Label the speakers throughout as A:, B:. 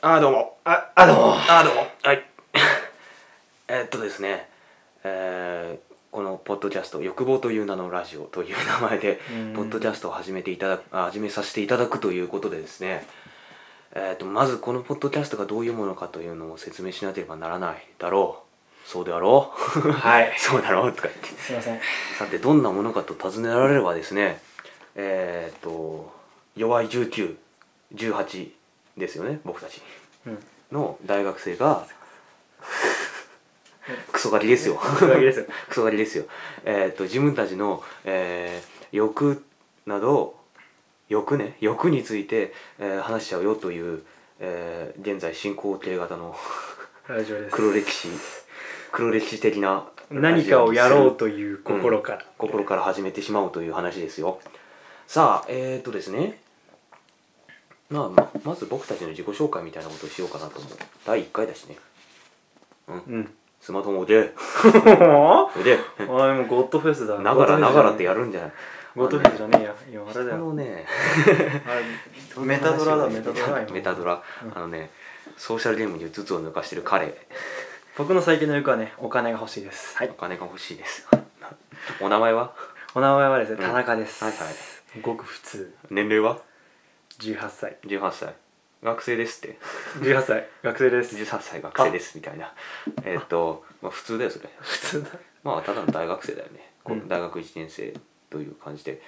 A: あーどうも
B: ああどうも
A: あーどうもはい えーっとですねえーこのポッドキャスト「欲望という名のラジオ」という名前で
B: うん
A: ポッドキャストを始めていただくあ始めさせていただくということでですねえーっとまずこのポッドキャストがどういうものかというのを説明しなければならないだろうそうであろう
B: はい
A: そうだろうとか言って
B: すいません
A: さてどんなものかと尋ねられればですねえーっと弱い1918ですよね僕たち
B: うん
A: の大学生 がクソガキですよ
B: クソガキですよ
A: クソガキですよえーっと自分たちの、えー欲など欲ね欲について、えー話しちゃうよという、えー現在進行形型 の
B: ラジオです
A: 黒歴史黒歴史的な
B: 何かをやろう
A: と
B: という心から、
A: 心から始めてしまおうという話ですよさあえー、っとですねまあままず僕たちの自己紹介みたいなことをしようかなと思う第1回だしね
B: うん
A: スマートフォンで
B: も
A: で
B: うおいもうゴッドフェスだ
A: ながらながらってや
B: る
A: るんじゃない
B: ゴッドフェスじゃねえやいやあ
A: あ
B: れだよ
A: のね
B: あれメタドラだメタドラ今
A: メタドラあのねソーシャルゲームにうつつを抜かしてる彼
B: 僕の最近の欲はねお金が欲しいですはい
A: お金が欲しいです お名前は
B: お名前はですね
A: うん
B: 田中です、
A: はいはい
B: ごく普通
A: 年齢は
B: 18歳
A: 18歳学生ですって
B: 18歳学生です
A: 18歳学生ですみたいなえーっと、まあ、普通だよそれ
B: 普通だ
A: まあただの大学生だよね、この
B: うん
A: 大学1年生という感じで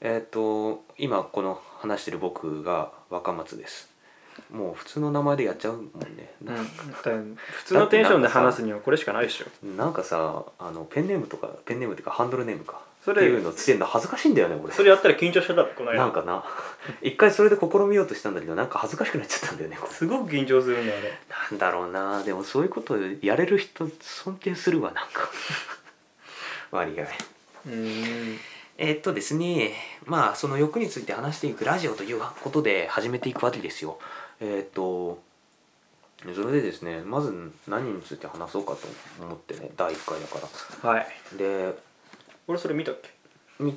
A: えーっ、と今この話してる僕が若松ですもう普通の名前でやっちゃうもんね、
B: うん、普通のテンションで話すにはこれしかないでしょ
A: なんかさあのペンネームとかペンネームっていうかハンドルネームか
B: それ
A: っていうのつけるの恥ずかしいんだよね俺
B: それやったら緊張してたこの間
A: なんかな 一回それで試みようとしたんだけどなんか恥ずかしくなっちゃったんだよねこれ
B: すごく緊張するんだよあれ
A: なんだろうなでもそういうことやれる人尊敬するわなんか 割合
B: うーん
A: えーっとですねまあその欲について話していくラジオということで始めていくわけですよえーっとそれでですねまず何について話そうかと思ってね第1回だから
B: はい
A: で
B: 俺それ見たっけ
A: 見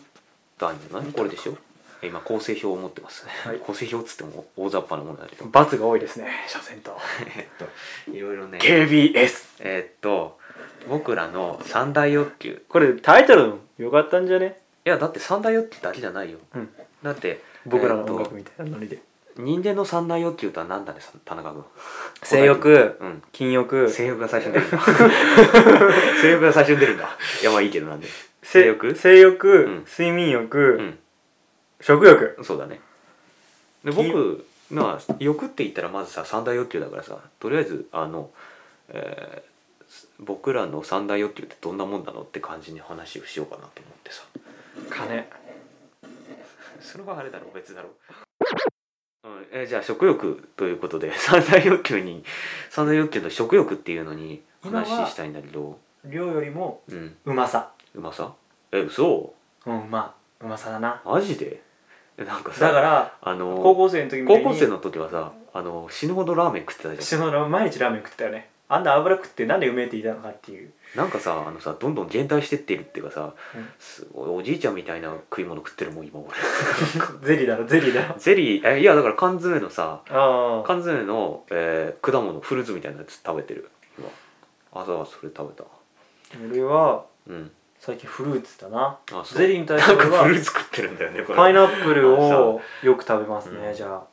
A: たんじゃないこれでしょ今構成表を持ってます、
B: はい
A: 構成表っつっても大雑把なものだけど
B: 罰が多いですね車線と
A: えーっといろいろね
B: KBS
A: えーっと僕らの三大欲求
B: これタイトルよかったんじゃね
A: いやだって三大欲求だけじゃないよ
B: うん
A: だって
B: 僕らの
A: えーっ
B: 音
A: と
B: 楽みたいなノリで
A: 人間の三大欲求とは何だねさ田 中君
B: 性欲
A: うん
B: 禁欲
A: 性欲が最初に出るん だ性欲が最初に出るんだいやまあいいけどなんで性欲
B: 性欲、
A: うん
B: 睡眠欲、
A: うん
B: 食欲
A: そうだねで
B: き
A: 僕のは欲って言ったらまずさ三大欲求だからさとりあえずあの、えー僕らの三大欲求ってどんなもんなのって感じに話をしようかなと思ってさ
B: 金
A: それはあれだろ別だろ、うんえーじゃあ食欲ということで 三大欲求に三大欲求の食欲っていうのに話したいんだけど
B: 量よりも
A: うん
B: うまさ
A: うまさえ嘘
B: うんうまうまさだな
A: マジでえなんかさ
B: だから
A: あの高校
B: 高校生の時みたいに
A: 生の時はさあの死ぬほどラーメン食ってたじ
B: そ
A: ゃん
B: の毎日ラーメン食ったよねあんな油食ってなんでうめえって言いたのかっていう
A: なんかさあのさどんどん減退してってるっていうかさ、
B: うん
A: すごいおじいちゃんみたいな食い物食ってるもん今俺
B: ゼリーだろゼリーだろ
A: ゼリーえいやだから缶詰のさ
B: ああ
A: 缶詰の、えー果物フルーツみたいなやつ食べてる今朝はそれ食べた
B: 俺は
A: うん
B: 最近フルーツだな
A: あ
B: ゼリーに対して
A: なんか
B: は
A: フルーツ食ってるんだよねこれ
B: パイナップルをよく食べますね、
A: うん
B: じゃあ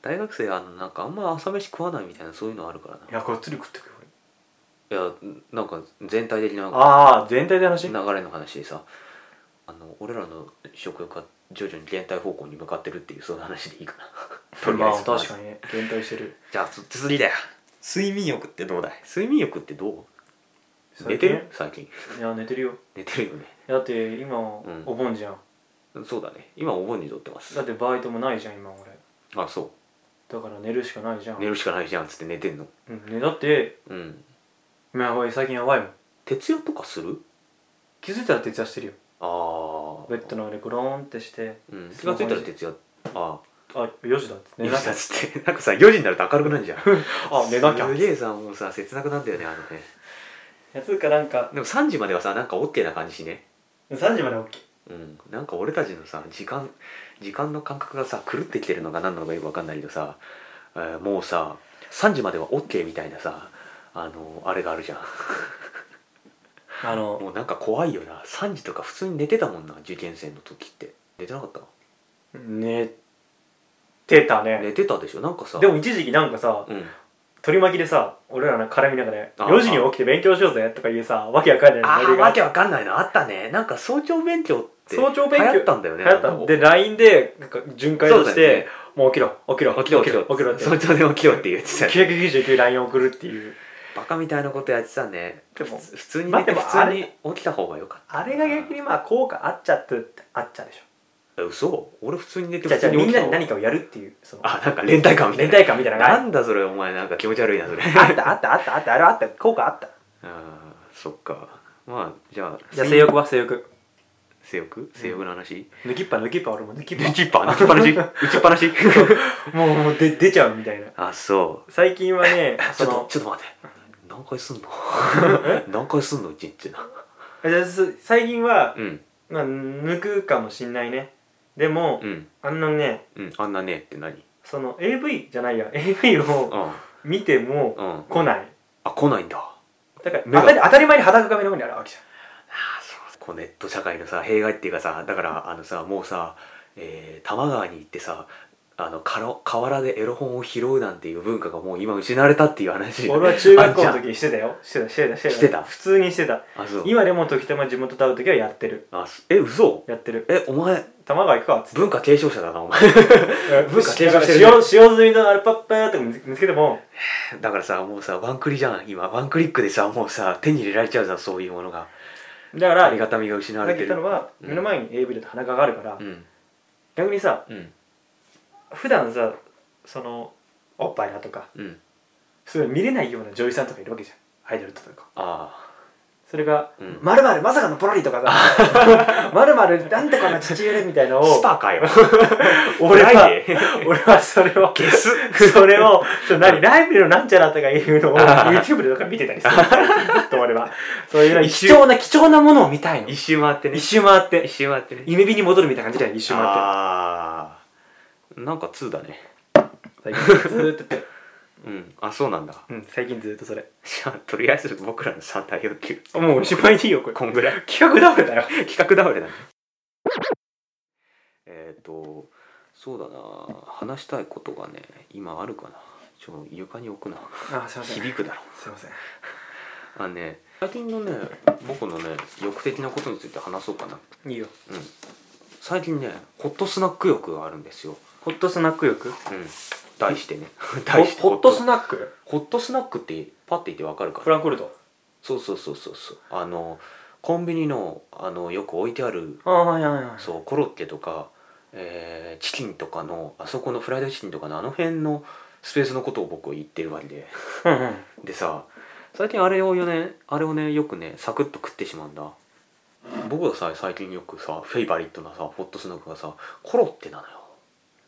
A: 大学生あのなんかあんま朝飯食わないみたいなそういうのあるから
B: いやこっつり食ってく
A: ない
B: よ
A: やなんか全体的な
B: 俺ああ全体で話
A: 流れの話でさあの俺らの食欲が徐々に減退方向に向かってるっていうそういう話でいいかなとり
B: ま
A: あ
B: あ
A: えず
B: 確かにね減退してる
A: じゃあつ次だよ睡眠欲ってどうだい睡眠欲ってどう寝てる最近
B: いや寝てるよ
A: 寝てるよね
B: だって今
A: ん
B: お盆じゃん、
A: そうだね今お盆にとってま
B: だ
A: す
B: ってバイトもないじゃん今俺
A: あそ
B: だから寝るしかないじゃん
A: う寝るしかないじゃんっつって寝てんの
B: うんね、だって
A: うん
B: まあおい最近やばいもん
A: 徹夜とかする
B: 気づいたら徹夜してるよ
A: ああ
B: ベッドの上でゴローンってして
A: うん、気がついたら徹夜あ
B: あ4時だって
A: あ
B: 寝
A: 4
B: な
A: 時
B: き
A: だ
B: ゃ
A: っつってなんかさ4時になると明るくなる じゃん
B: あ寝なきゃ
A: すげえさもうさ切なくなったよねあのね
B: やつうかなんか
A: でも3時まではさなんか OK な感じしね
B: 3時まで OK
A: うん、なんか俺たちのさ時間時間の感覚がさ狂ってきてるのか何なのかよく分かんないけどさ、えーもうさ3時までは OK みたいなさあのあれがあるじゃん
B: あの
A: もうなんか怖いよな3時とか普通に寝てたもんな受験生の時って寝てなかった
B: 寝てたね
A: 寝てたでしょなんかさ
B: でも一時期なんかさ
A: うん
B: 取り巻きでさ俺らの絡みながらね
A: あ
B: 4時に起きて勉強しようぜとかいうさわけわかんな
A: あ
B: い
A: ー
B: メールが
A: わけわかんないのあったねなんか早朝勉強って
B: 早朝勉強
A: 流行ったんだよね
B: 流行ったので LINE でなんか巡回をし
A: そうだよ
B: て
A: ね
B: もう起きろ起きろ
A: 起きろ起きろ
B: 起きろって
A: 早朝で起きろって言ってたよ
B: 999 LINE 送るっていう
A: バカみたいなことやってたね
B: でも
A: 普通に寝て
B: まあ
A: 普
B: でもあ
A: 通
B: れ
A: に起きた方がよかった
B: あれが逆にまあ効果あっちゃってあっちゃでしょ
A: え嘘俺普通に寝て
B: じゃ
A: 普
B: あじ
A: 通
B: ゃあ
A: に起
B: みん
A: きた方
B: なに何かをやるっていうその
A: あなんか連帯感みたい
B: 連
A: な
B: 帯感みたいなのがあ
A: な
B: る
A: んだそれお前なんか気持ち悪いなそれ
B: あったあったあったあったあれはあった効果あった
A: あーそっかまあじゃあ
B: じゃあ性欲は性欲
A: 性欲性欲の 話
B: 抜きっぱ抜きっぱ俺も抜きっ
A: 打ちっぱ打ちっぱなし打ちっぱなし
B: ぱもうもうで出ちゃうみたいな
A: あそう
B: 最近はね
A: ち
B: そ
A: ょっと
B: の
A: ちょっと待って何回すん の何回すんの一日な
B: じゃあす最近は、
A: うん
B: まあ、抜くかもしんないねでも、
A: うん
B: あのね
A: うんあんなねって何
B: その AV じゃないや AV
A: う
B: を
A: ん
B: 見ても
A: うん
B: 来ない
A: あ来ないんだ
B: だから
A: 目が
B: 当たり当たり前に裸が目の前にあるわけじゃん
A: こうネット社会のさ弊害っていうかさだからあのさもうさ、えー多摩川に行ってさあのかろ河原でエロ本を拾うなんていう文化がもう今失われたっていう話
B: 俺は中学校
A: あ
B: の
A: じゃ
B: 時にしてたよしてたしてたしてた
A: してた
B: 普通にしてた
A: あそう
B: 今でも時たま地元と会う時はやってる
A: あすえ嘘
B: やってる
A: えお前
B: 玉川行くかっつって
A: 文化継承者だなお前 文化継承してるね
B: 使用使用済みのアルパッパーとか見つ見つけても
A: だからさもうさワンクリじゃん今ワンクリックでさもうさ手に入れられちゃうじゃんそういうものが
B: だか
A: あ
B: ら
A: りがたみが失わ
B: さ
A: れ
B: ってき言っ
A: る
B: たのは、
A: うん
B: 目の前に AV だと鼻があるから、
A: うん
B: 逆にさ
A: うん
B: 普段さそのおっぱいだとか
A: うん
B: そういうの見れないような女優さんとかいるわけじゃんアイドルとか
A: あ
B: それが
A: う
B: 「
A: ん
B: まるまるまさかのポロリ」と かさ「まるまるなんてこんな父親みたいなの
A: あス
B: を
A: パかよ
B: 俺は
A: 暗いね
B: 俺はそれを
A: ゲス
B: それをちょ何ライブのなんちゃらとかいうのを
A: あー
B: YouTube でとか見てたりするずっと俺はそういうの
A: 一周
B: 貴重な貴重なものを見たいの
A: 一周回ってね
B: 一周回って
A: 一周回ってね
B: 夢見に戻るみたいな感じだよ一周回って
A: あーなんか2だね
B: 最近ずーっとって、
A: うんあそうなんだ
B: うん、最近ずーっとそれ
A: じゃあとりあえず僕らの三大欲求
B: もうおしまいでいいよこれ
A: こんぐらい
B: 企画倒れだよ
A: 企画倒れだねえっとそうだな話したいことがね今あるかなちょ床に置く な
B: あすいません
A: 響くだろ
B: すいません
A: あのね最近のね僕のね欲的なことについて話そうかない
B: いよ
A: 最近ねホットスナック欲があるんですよ
B: ホットスナック欲
A: うん題してね
B: ホ
A: 題して
B: ホットスナック
A: ホットスナックってパッて言ってわかるかな
B: フランクフルト
A: そうそうそうそうそうあのコンビニのあのよく置いてある
B: ああはいはいはい
A: そうコロッケとか、えーチキンとかのあそこのフライドチキンとかのあの辺のスペースのことを僕は言ってるわけで
B: うんうん
A: でさ最近あれをよねあれをねよくねサクッと食ってしまうんだ僕がさ最近よくさフェイバリットなさホットスナックがさコロッケなのよ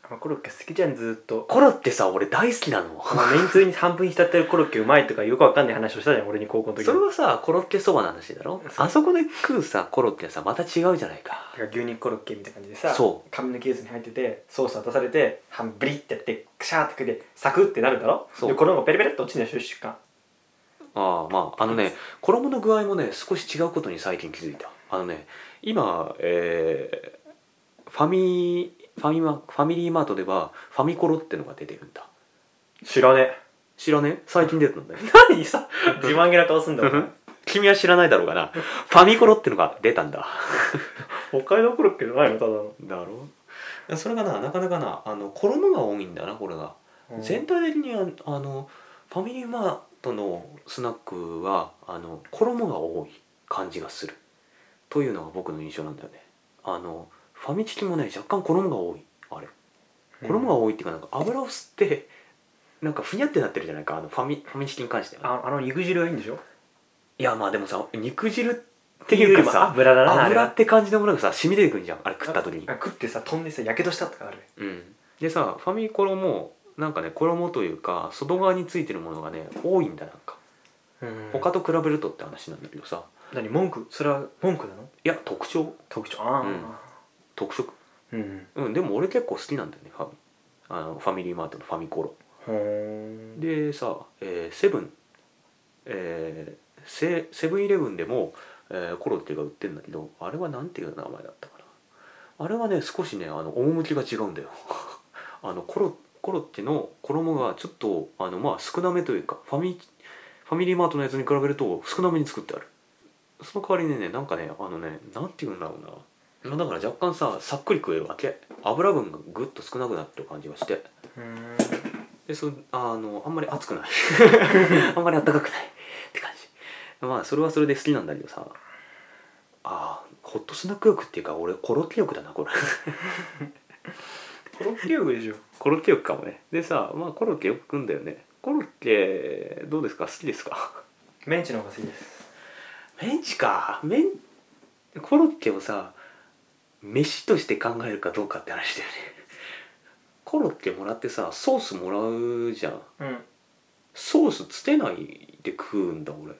B: まあコロッケ好きじゃんずーっと
A: コロッケさ俺大好きなの
B: まあめんつゆに半分浸ってるコロッケうまいとかよくわかんない話をしたじゃん俺に高校の時
A: それはさコロッケそばの話だろあそこで食うさコロッケはさまた違うじゃないか
B: なんか牛肉コロッケみたいな感じでさ
A: そ
B: 紙のケースに入っててソース渡されて半ブリってやってクシャーってくれてサクってなるだろ
A: そう
B: でこのがペリペリっと落ちるんだよシュッシュッ感
A: ああまああのね衣の具合もね少し違うことに最近気づいたあのね今、えーファミファミマファミリーマートではファミコロってのが出てるんだ
B: 知ら ね
A: 知らね最近出てたんだよ
B: え何さ自慢げな顔すんだろ
A: 君は知らないだろうかなファミコロってのが出たんだ
B: 北海道コロッケじゃないのただの
A: だろそれがななかなかなあの衣が多いんだなこれが全体的にああのファミリーマートのスナックはあの衣が多い感じがするというのが僕の印象なんだよねあのファミチキもね若干衣が多いあれ衣が
B: は
A: 多いっていうかなんか油を吸ってなんかふにゃってなってるじゃないかあのファミファミチキに関してはね
B: ああの肉汁がいいんでしょっ
A: いやまあでもさ肉汁っていうかさ
B: 油だなあれ
A: 油って感じのものがさ染み出てくるじゃんあれ食った時に
B: あ食ってさ飛んでさやけどしたとかある
A: うん、でさファミコロもなんかね衣というか外側についてるものがね多いんだなんか他と比べるとって話なんだけどさ
B: 何文句それは文句なの
A: いや特徴
B: 特徴あ
A: 特色
B: あうん
A: うんでも俺結構好きなんだよねファミあのファミリーマートのファミコロ
B: ほーん
A: でさ、えーセブン、えーセセブンイレブンでも、えーコロッケが売ってるんだけどあれはなんていう名前だったかなあれはね少しねあの趣が違うんだよ あのコロコロッケの衣がちょっとあのまあ少なめというかファミファミリーマートのやつに比べると少なめに作ってあるその代わりにねなんかねあのねなんていうんだろうなまあだから若干ささっくり食えるわけ油分がぐっと少なくなってる感じがして
B: うーん
A: でそあのあんまり熱 くないあんまり暖かくないって感じまあそれはそれで好きなんだけどさあーホットスナック欲っていうか俺コロッケ欲だなこれ
B: コロッケ力でしょ
A: コロッケ欲かもねでさまあコロッケよく食うんだよねコロッケどうですか好きですか
B: メンチの方が好きです
A: メンチかメンコロッケをさ飯として考えるかどうかって話だよねコロッケもらってさソースもらうじゃん
B: うん
A: ソースつけないで食うんだ俺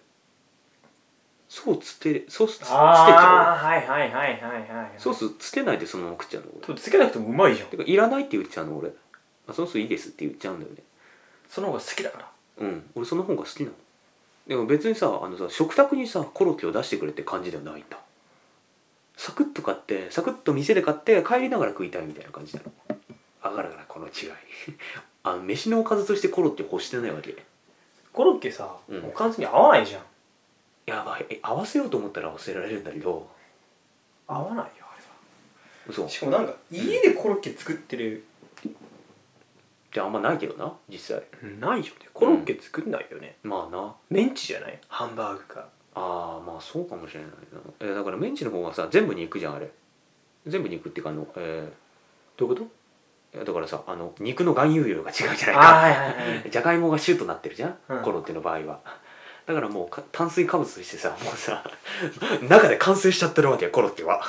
A: ソースつけソースつつけちゃ
B: ああはいはいはいはいはいう
A: ソースつけないでそのまま食っちゃうの
B: でもつけなくてもうまいじゃん
A: 俺てかいらないって言っちゃうの俺あソースいいですって言っちゃうんだよね
B: その方が好きだから
A: うん俺その方が好きなのでも別にさあのさ食卓にさコロッケを出してくれって感じではないんだサクッと買ってサクッと店で買って帰りながら食いたいみたいな感じなのあがらがらこの違い あの飯のおかずとしてコロッケ欲してないわけ
B: コロッケさ、
A: うん
B: おかずに合わないじゃん
A: やばいえ合わせようと思ったら合わせられるんだけど
B: 合わないよあれ
A: 嘘
B: はしかもなんか家でコロッケ作ってる、
A: じゃああんまないけどな実際
B: ないよねコロッケ作んないよね、
A: まあな
B: メンチじゃないハンバーグか
A: あーまあそうかもしれないなえーだからメンチの方がさ全部に行くじゃんあれ全部に行くっていうかあのえ
B: どういうこ
A: ーいやだからさあの肉の含有量が違うじゃない
B: と
A: か
B: はいはいはい
A: じゃがいもがシュートになってるじゃん、
B: うん
A: コロッケの場合はだからもうか炭水化物としてさもうさ 中で完成しちゃってるわけよコロッケは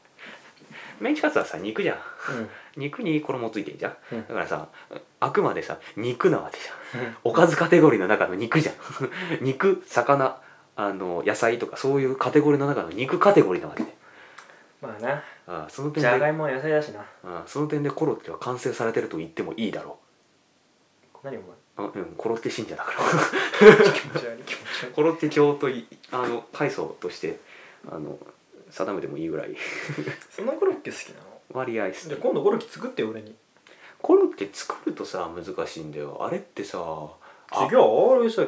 A: メンチカツはさ肉じゃん肉に衣ついてんじゃん、
B: うん
A: だからさあくまでさ肉なわけじゃんおかずカテゴリーの中の肉じゃん 肉魚あの野菜とかそういうカテゴリーの中の肉カテゴリーなわけで
B: まあな
A: あその点
B: じゃが
A: で
B: いもは野菜だしな
A: あその点でコロッケは完成されてると言ってもいいだろ
B: 何お前
A: うあうんコロッケ信者だから
B: 気持ち悪い気持ち悪い
A: コロッケ教といあの階層としてあの定めてもいいぐらい
B: そんなコロッケ好きなの
A: 割合っす
B: じゃあ今度コロッケ作ってよ俺に
A: コロッケ作るとさ難しいんだよあれってさあ
B: 次はあれさ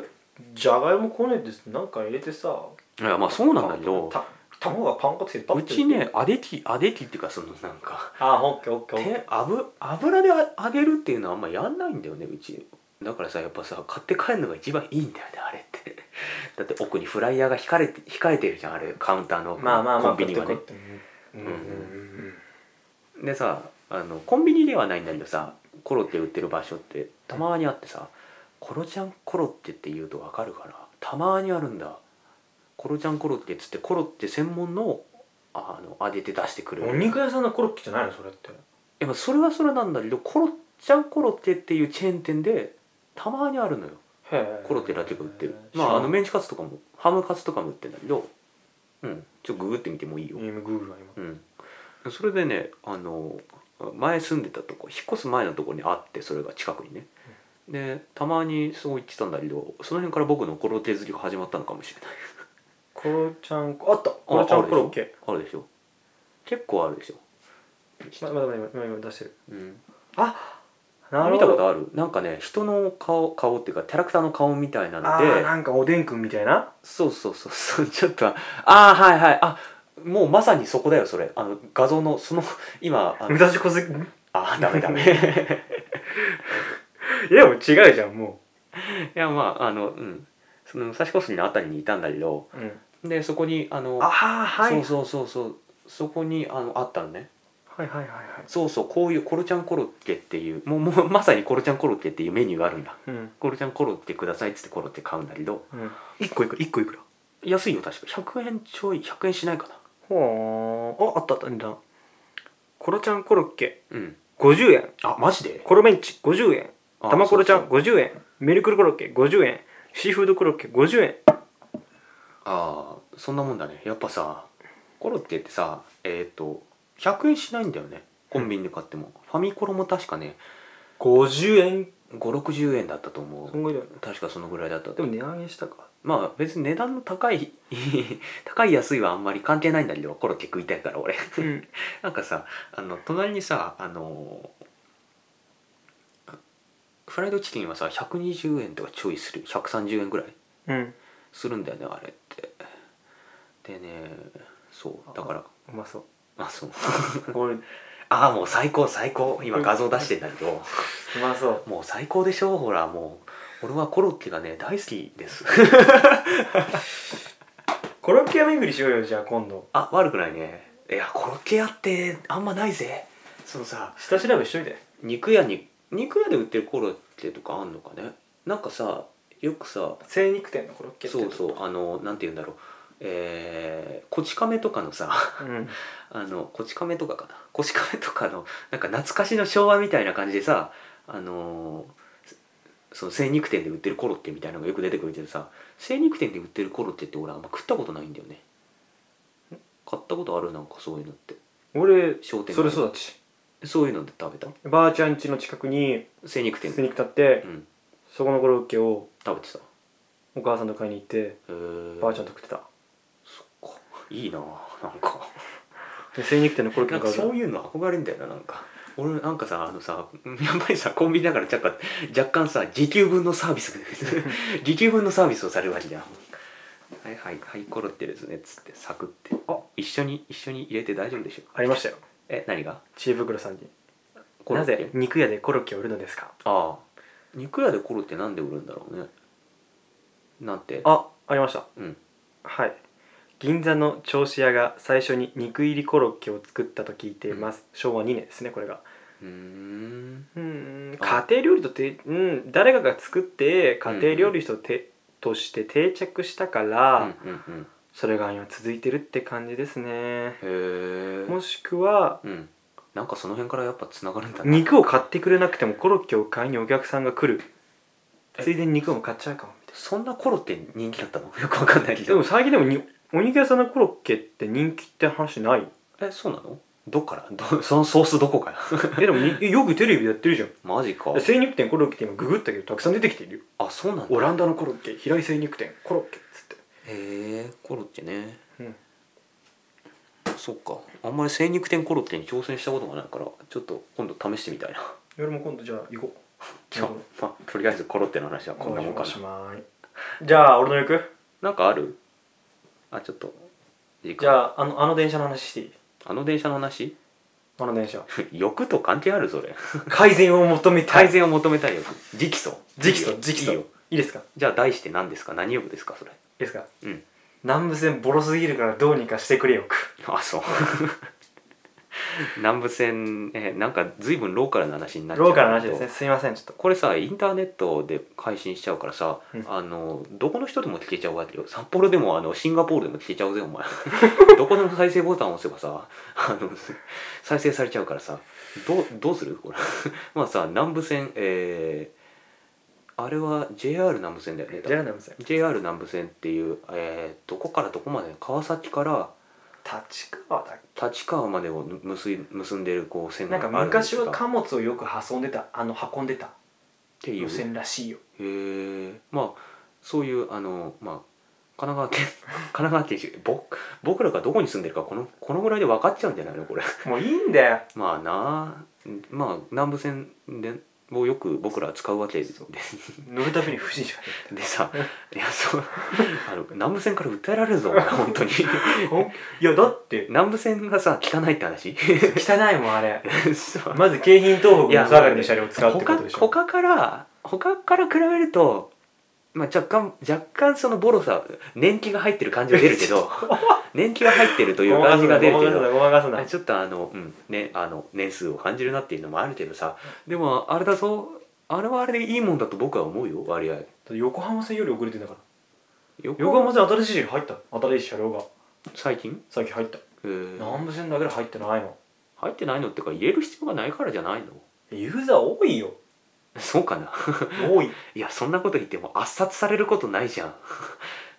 B: じゃがいもこねてなんか入れてさ
A: いやまあそうなんだけど
B: た卵がパン粉つけてパッ
A: うちねあできあできっていうかそのなんか
B: あオッケーオッケーオッケー
A: 手油油で揚げるっていうのはあんまやんないんだよねうちだからさやっぱさ買って帰るのが一番いいんだよねあれって だって奥にフライヤーが控えて控えてるじゃんあれカウンターの
B: まあまあまあ
A: コンビニがね
B: うんうん
A: うん
B: うん
A: でさあのコンビニではないんだけどさコロッケ売ってる場所ってたまにあってさコロちゃんコロッケって言うとわかるかなたまにあるんだコロちゃんコロッケっつってコロッケ専門のあの揚げて出してく
B: うんお
A: る
B: 肉屋さんのコロッケじゃないのそれって
A: えまあそれはそれなんだけどコロッちゃんコロッケっていうチェーン店でたまにあるのよ
B: へえ
A: コロッケだけが売ってるまああのメンチカツとかもハムカツとかも売ってんだけどうんちょっとググってみてもいいよ
B: グーグルは今
A: うんそれでねあの前住んでたとこ引っ越す前のとこにあってそれが近くにねでたまにそう言ってたんだけどその辺から僕のコロッケ好きが始まったのかもしれ ない
B: コロちゃんあったコロちゃんコロッケ
A: あるでしょ結構あるでしょ、
B: まだまだ今今今出してる
A: うん、
B: あな
A: 見たこと
B: あ
A: あるなんかね人の顔顔っていうかキャラクターの顔みたいなの
B: あ
A: で
B: ーなんかおでんくんみたいな
A: そうそうそうそう ちょっとああーはいはいあもうまさにそこだよそれあの画像の その今あ
B: 武
A: の
B: 蔵小杉
A: あーダメダメ
B: いやもう違うじゃんも
A: いやまああのうんその武蔵小杉のあたりにいたんだけど
B: う、うん、
A: でそこにあの
B: ああはい
A: そうそうそうそうそこにあのあったのね
B: はいはいはいはい
A: そうそうこういうコロちゃんコロッケっていうもうもうまさにコロちゃんコロッケっていうメニューがあるんだ
B: うん
A: コロちゃんコロッケくださいっつってコロッケ買うんだけど
B: うん一個いくら一個いくら
A: 安いよ確か100円ちょい100円しないかな
B: ほーああったあった値段コロちゃんコロッケ
A: うん
B: 50円
A: あマジで
B: コロメンチ50円
A: あ
B: 玉コロちゃ
A: そ
B: ん
A: う
B: 50円メルクルコロッケ50円シーフードコロッケ50円
A: ああそんなもんだねやっぱさコロッケってさえっ、と100円しないんだよねコンビニで買っても、ファミコロも確かね
B: 50円
A: 560円だったと思
B: そん
A: う
B: ぐらいだよね
A: 確かそのぐらいだったと
B: でも値上げしたか
A: まあ別に値段の高い 高い安いはあんまり関係ないんだけどコロッケ食いたいから 俺
B: うん
A: なんかさあの隣にさあのフライドチキンはさ120円とかちょいする130円ぐらい
B: うん
A: するんだよねあれってでねそうだから
B: うまそう
A: あそう
B: これう
A: ああもう最高最高今画像出してんだけど
B: まそう
A: もう最高でしょほらもう俺はコロッケがね大好きです
B: コロッケ屋巡りしようよじゃあ今度
A: あ悪くないねいやコロッケ屋ってあんまないぜそのさ
B: 下調べしといて
A: 肉屋に肉屋で売ってるコロッケとかあんのかねなんかさよくさ
B: 精肉店のコロッケって
A: そうそうあのなんて言うんだろうえー、こち亀とかのさ
B: う、うん、
A: あのこち亀とかかなこち亀とかのなんか懐かしの昭和みたいな感じでさあのーその精肉店で売ってるコロッケみたいなのがよく出てくるけどさ精肉店で売ってるコロッケって俺あんま食ったことないんだよね買ったことあるなんかそういうのって
B: 俺
A: 商店街
B: それ育ち
A: そういうので食べた
B: ばあちゃん家の近くに
A: 精肉
B: 普
A: 店
B: 通
A: で
B: に立って、
A: うん
B: そこのコロッケを
A: 食べてたへ
B: お母さんと買いに行って
A: え
B: ばあちゃんと食ってた
A: いいななんか
B: で精肉店のコロッケ
A: なん
B: の
A: か
B: 顔
A: そういうの憧れんだよななんか俺なんかさあのさやっぱりさコンビニだから若干若干さ時給分のサービ ス時給分のサービスをされるわけじゃんはいはいはいコロッケですねっつってサクってあ一緒に一緒に入れて大丈夫でしょ
B: ありましたよ
A: え何が
B: 知恵袋さんに
A: コロ
B: な
A: ッケ
B: ぜ肉屋でコロッケを売るのですか
A: ああ肉屋でコロッケなんで売るんだろうねなんて
B: あありました
A: うん
B: はい銀座の銚子屋が最初に肉入りコロッケを作ったと聞いています、昭和2年ですねこれが
A: うーん
B: うん
A: あ
B: 家庭料理とて、うん、誰かが作って家庭料理とて、として定着したから、
A: うんうんうん
B: それが今続いてるって感じですね
A: へえ
B: もしくは
A: うんなんかその辺からやっぱつながるんだな
B: 肉を買ってくれなくてもコロッケを買いにお客さんが来るついでに肉も買っちゃうかもみたい
A: そんなコロッケ人気だったの よくわかんないけ
B: なで
A: ど
B: も最近でもにお肉屋さんのコロッケって人気って話 ない
A: えそうなのどっからどそのソースどこから
B: えでもによくテレビでやってるじゃん
A: マジか
B: で精肉店コロッケって今ググったけどたくさん出てきているよ
A: あそうなんだ
B: オランダのコロッケ平井精肉店コロッケっつって
A: へえコロッケね
B: うん
A: そっかあんまり精肉店コロッケに挑戦したことがないからちょっと今度試してみたいな
B: 夜も今度じゃあ行こう
A: じゃあ、まあ、とりあえずコロッケの話はこんなもんか
B: おし
A: な
B: まいじゃあ俺の行く
A: なんかあるあちょっと時間
B: じゃああのあの電車の話していい
A: あの電車の話
B: あの電車
A: 欲と関係あるそれ
B: 改善を求めたい
A: 改善を求めたい欲直訴
B: 直訴
A: いいよ
B: 直
A: いい
B: 訴
A: よ
B: いいですかい
A: じゃあ題して何ですか何欲ですかそれ
B: いですか
A: うん
B: 南部線ボロすぎるからどうにかしてくれよく
A: あそう南部線えなんか随分ローカルな話になっちゃう
B: ローカルの話ですねすいませんちょっと
A: これさインターネットで配信しちゃうからさ、
B: うん
A: あのどこの人でも聞けちゃうわけよ札幌でもあのシンガポールでも聞けちゃうぜお 前どこでも再生ボタンを押せばさあの再生されちゃうからさどうどうするこれ まあさ南部線えー、あれは JR 南部線だよね
B: じゃあ南部線
A: JR 南部線っていう、えーどこからどこまで川崎から
B: 立川だっ
A: 立川までを結い結んでるこう
B: け
A: 線が
B: な
A: あ
B: ん
A: る
B: か
A: んですが
B: 昔は貨物をよく運んでたあの運んでた
A: っていう
B: 路
A: へ
B: 線らしいよ
A: えまあそういうあのまあ神奈川県 神奈川県出僕僕らがどこに住んでるかこのこのぐらいで分かっちゃうんじゃないのこれ
B: もういいんだよ
A: まあなあまあ南部線でをよく僕らは使うわけですで
B: 乗るたびに不審者が
A: でさ いやそうあの南部線から訴えられるぞお前本当に
B: 出てくる いやだって
A: 南部線がさ汚いって話
B: 汚いもんあれ
A: そう
B: まず京浜東北の下がりの車両を使うってこ
A: 他
B: とでしょ
A: 他から他から比べると、まあ、若干若干そのボロさ年季が入ってる感じが出るけ ど年季が入ってるという感じが出るけど
B: ごまかすなごまかす
A: ちょっとあの,、うんね、あの年数を感じるなっていうのもあるけどさでもあれだそうあれはあれでいいもんだと僕は思うよ割合
B: な横浜線より遅れてんだから
A: 横
B: 横浜線新しい車両入った新しい車両が
A: 最近、
B: 最近入った
A: えー
B: 南部線だけで入ってないの
A: 入ってないのってか入れる必要がないからじゃないの
B: ユーザー多いよ
A: そうかな
B: 多い
A: いやそんなこと言っても圧殺されることないじゃん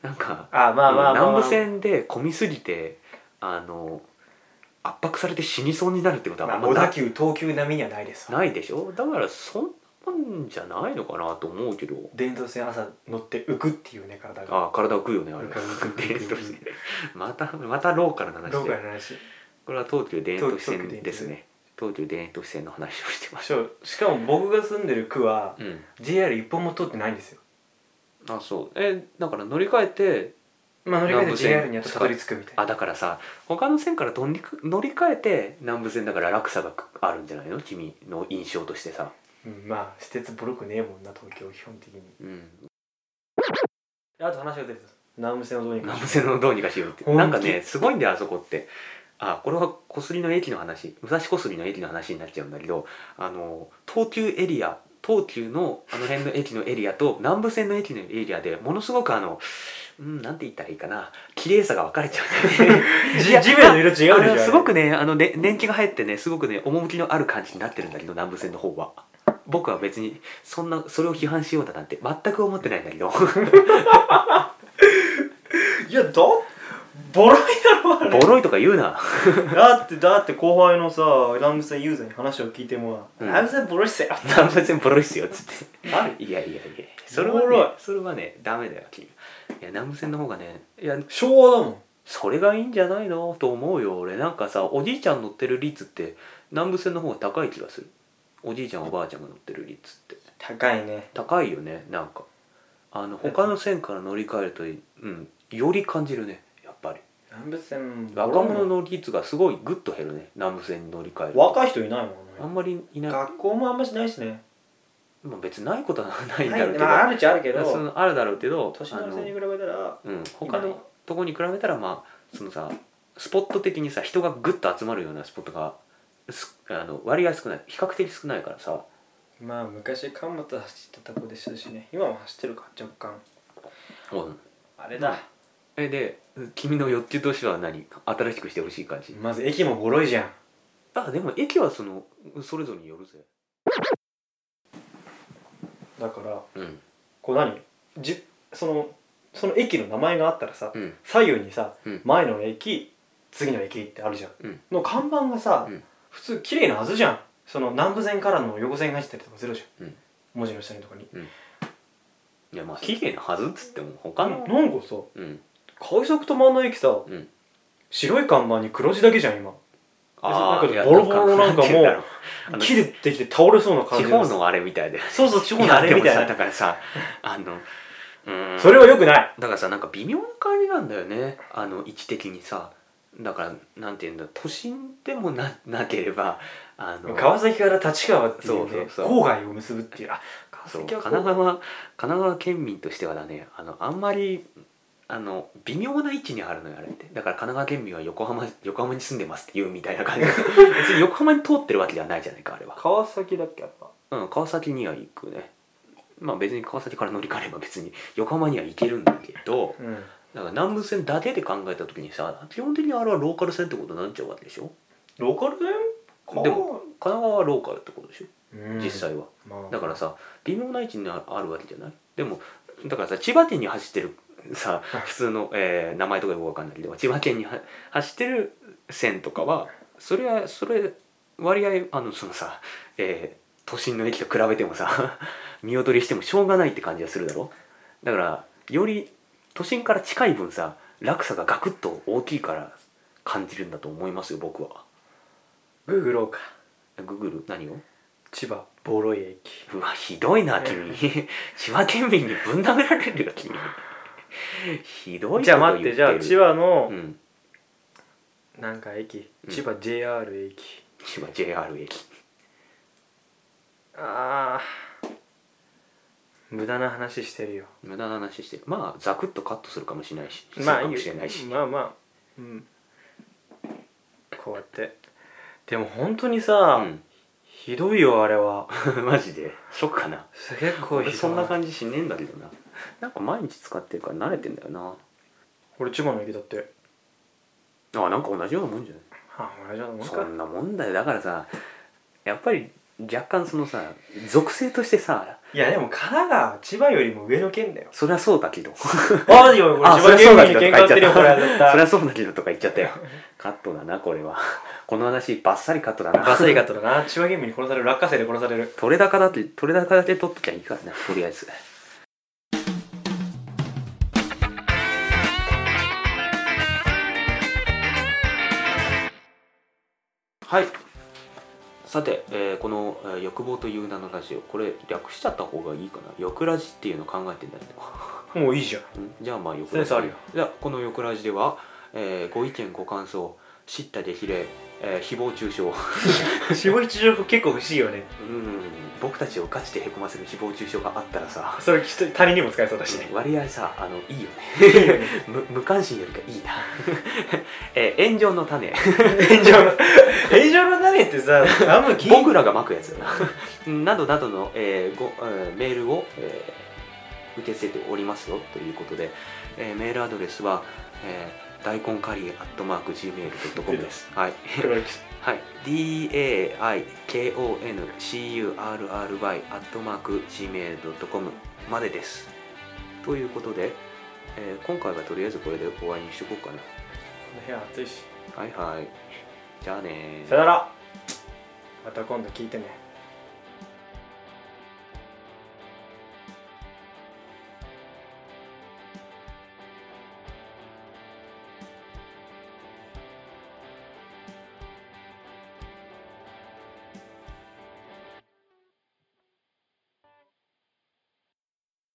A: なんか
B: あまあまあまあ、まあ、
A: 南部線で混みすぎてあの圧迫されて死にそうになるってことは
B: ま
A: あ
B: あ
A: んま
B: 小
A: な,、
B: 田急東急並みにはないですわ
A: ないでしょだからそんなんじゃないのかなと思うけど
B: 電動線朝乗って浮くっていうね体が
A: ああ体浮くよねあれ
B: 浮かぶ浮く
A: 電動線またまたローカルな話
B: どうか
A: で
B: の話
A: これは東急田園都市
B: 東
A: 線
B: 急
A: ですね東急田園都市線の話をしてまし
B: そうしかも僕が住んでる区は
A: たうん
B: JR 一本も通ってないんですよ
A: あそうえだから乗り換えて
B: まあ乗り換え
A: 南
B: て
A: 武線
B: JR にやっとたどり着くみたい
A: あ
B: な
A: だからさ他の線から乗り乗り換えて南武線だから落差があるんじゃないの君の印象としてさ
B: うんまあ私鉄ボロくねえもんな東京基本的に
A: うん
B: あと話が出てた南武線をどうにか
A: 南 武線をどうにかしようって
B: 本気
A: なんかねすごいんだよあそこってあこれは小杉の駅の話武蔵小杉の駅の話になっちゃうんだけどあの東急エリア東急のあの辺の駅のエリアと南武線の駅のエリアでものすごくあのうんなんて言ったらいいかな綺麗さが分かれちゃうんだよねいや
B: じ地面 の色違うでしょ
A: あのすご
B: あれ
A: くねあのね年季が入ってねすごくね趣のある感じになってるんだけど南武線の方は僕は別にそんなそれを批判しようだなんて全く思ってないんだ けど
B: いやだボロいだろあれ
A: ボロいとか言うな
B: だってだって後輩のさ南武線ユーザーに話を聞いても「
A: うん
B: 南武線ボロいっすよ」
A: 南武線ボロいっすよっつって
B: なる
A: いやいやいやそれは
B: おもろい
A: ねそれはねダメだよ君いや南部線の方がねいや
B: 昭和だもん
A: それがいいんじゃないのと思うよ俺なんかさおじいちゃん乗ってる率って南部線の方が高い気がするおじいちゃんおばあちゃんが乗ってる率って
B: 高いね
A: 高いよねなんかあの他の線から乗り換えるとうんより感じるねやっぱり
B: 南武線ボロい
A: 若者の率がすごいグッと減るね南部線に乗り換えると
B: 若い人いないも
A: あ
B: んね
A: んまりいない、
B: 学校もあんましないしね
A: まあ、別にないことはないんだ
B: な
A: ろう
B: い
A: けど、
B: まああるっちゃあるけ
A: そ
B: ど
A: のあるだろうけど
B: 年
A: あ
B: の
A: の
B: 線に比べたら
A: うん、他
B: いない
A: のとこに比べたらまあそのさスポット的にさ人がグッと集まるようなスポットがすあの割合少ない比較的少ないからさ
B: まあ昔関本走ってた子でしたしね今も走ってるか若干あれだ
A: えで君の欲求としては何新しくしてほしい感じ
B: まず駅もボロいじゃん
A: あでも駅はそのそれぞれによるぜ
B: だから
A: うん
B: こう何じそのその駅の名前があったらさ
A: うん
B: 左右にさ、
A: うん
B: 前の駅次の駅ってあるじゃん、
A: うん
B: の看板がさ、
A: うん
B: 普通綺麗なはずじゃんその南部線からの横線が入ってたりとかするじゃん、
A: うん
B: 文字の下にとかに
A: いやまあ綺麗なはずっつっても他の
B: なんかさ
A: うん
B: 快速止まんない駅さ、
A: うん
B: 白い看板に黒字だけじゃん今
A: あ
B: なん
A: あ
B: か
A: いや
B: ボロボロなんかもう
A: て言だろあの
B: 木でできて倒れそうな感
A: 地
B: じが
A: 方のあれみたいで
B: そうそう地方のあれみたい
A: やでもさだ
B: な
A: からさあのうん
B: それはよくない
A: だからさなんか微妙な感じなんだよねあの位置的にさだからなんていうんだ都心でもななければあの
B: 川崎から立川ってい
A: そ
B: う,、ね、
A: うそうそう
B: 郊外を結ぶっていうあ川
A: そう
B: 崎
A: 神
B: は
A: 奈川神奈川県民としてはだねあのあんまりあの微妙な位置にあるのよあれってだから神奈川県民は横浜横浜に住んでますって言うみたいな感 じ別に横浜に通ってるわけではないじゃないかあれは、
B: 川崎だっけやっぱ
A: うん、川崎には行くねまあ別に川崎から乗り換えれば別に横浜には行けるんだけど
B: うん
A: だから南武線だけで考えた時にさ基本的にあれはローカル線ってことになっちゃうわけでしょ
B: ローカル線か
A: でも神奈川はローカルってことでしょ、
B: うん
A: 実際は
B: まあ、
A: だからさ微妙な位置にああるわけじゃないでもだからさ千葉県に走ってるさ普通の、えー名前とかよくわかんないけど千葉県には走ってる線とかはそれはそれ割合あのそのさ、えー都心の駅と比べてもさ 見劣りしてもしょうがないって感じがするだろだからより都心から近い分さ落差がガクッと大きいから感じるんだと思いますよ僕は
B: グーグローか
A: ググる何を
B: 千葉ボロい駅
A: うわひどいな君 千葉県民にぶん殴られるよ君ひどいこと言
B: じゃあ待ってじゃあ千
A: 葉
B: 葉の
A: うん
B: なんか駅、
A: うん
B: 千葉 JR 駅
A: 千葉 JR 駅
B: あー無駄な話してるよ
A: 無駄な話してるまあザクッとカットするかもしれないし
B: ま
A: そうか
B: あいい
A: も
B: よ
A: しれないし
B: まあまあうんこうやってでも本当にさ、
A: う
B: ひどいよあれは
A: ん マジでそっかな
B: 結構ひど
A: 俺
B: い
A: そんな感じしねえんだけどななんか毎日使ってるから慣れてんだよな
B: 俺千葉の駅だって
A: あなんか同じようなもんじゃない
B: ああれじゃあもん
A: そ
B: か
A: んなもんだよだからさやっぱり若干そのさ属性としてさ
B: いやでも神奈川千葉よりも上の県だよ
A: そりゃそうだけど
B: ああいや俺
A: あそりゃ
B: 千
A: そう
B: 葉
A: だ
B: 県
A: け
B: 民
A: どとか言っ
B: に喧嘩売って
A: ち
B: る
A: ゃ
B: よこれは絶
A: ったそり
B: 対
A: ゃそうだけどとか言っちゃ ったよカットだなこれはこの話バッサリカットだな
B: バサリかったらな千葉県民に殺される落花生で殺される
A: 取れ高だって取れ高だけ取っときゃいいからねとりあえずはいさて、えーこの、えー欲望という名のラジオ」これ略しちゃった方がいいかな「欲ラジ」っていうの考えてんだけど
B: もういい じゃん
A: うんじゃあまあよく
B: センスあるよ
A: じゃあこのよくラジでは、えーご意見ご感想叱咤激励、えー誹謗中傷、
B: 下一情報結構欲しいよね
A: うん、僕たちをガチでへこませる誹謗中傷があったらさ
B: それ人他人にも使えそうだしね
A: 割合さあのいいよね
B: いいよね
A: 無無関心よりかいいな、 えー炎上の種
B: 炎上の 炎上の種っ てさあんま聞い
A: 僕らが巻くやつなどなどの、えーごえーメールを、えー受け付けておりますよということで、えーメールアドレスは、えー大根カリーアットマーク Gmail.com です、はいはい、daikoncurry アットマーク gmail.com までです。ということで、えー今回はとりあえずこれで終わりにしとこうか
B: 部屋暑いし
A: な。はいはい。じゃあねー
B: さよならまた今度聞いてね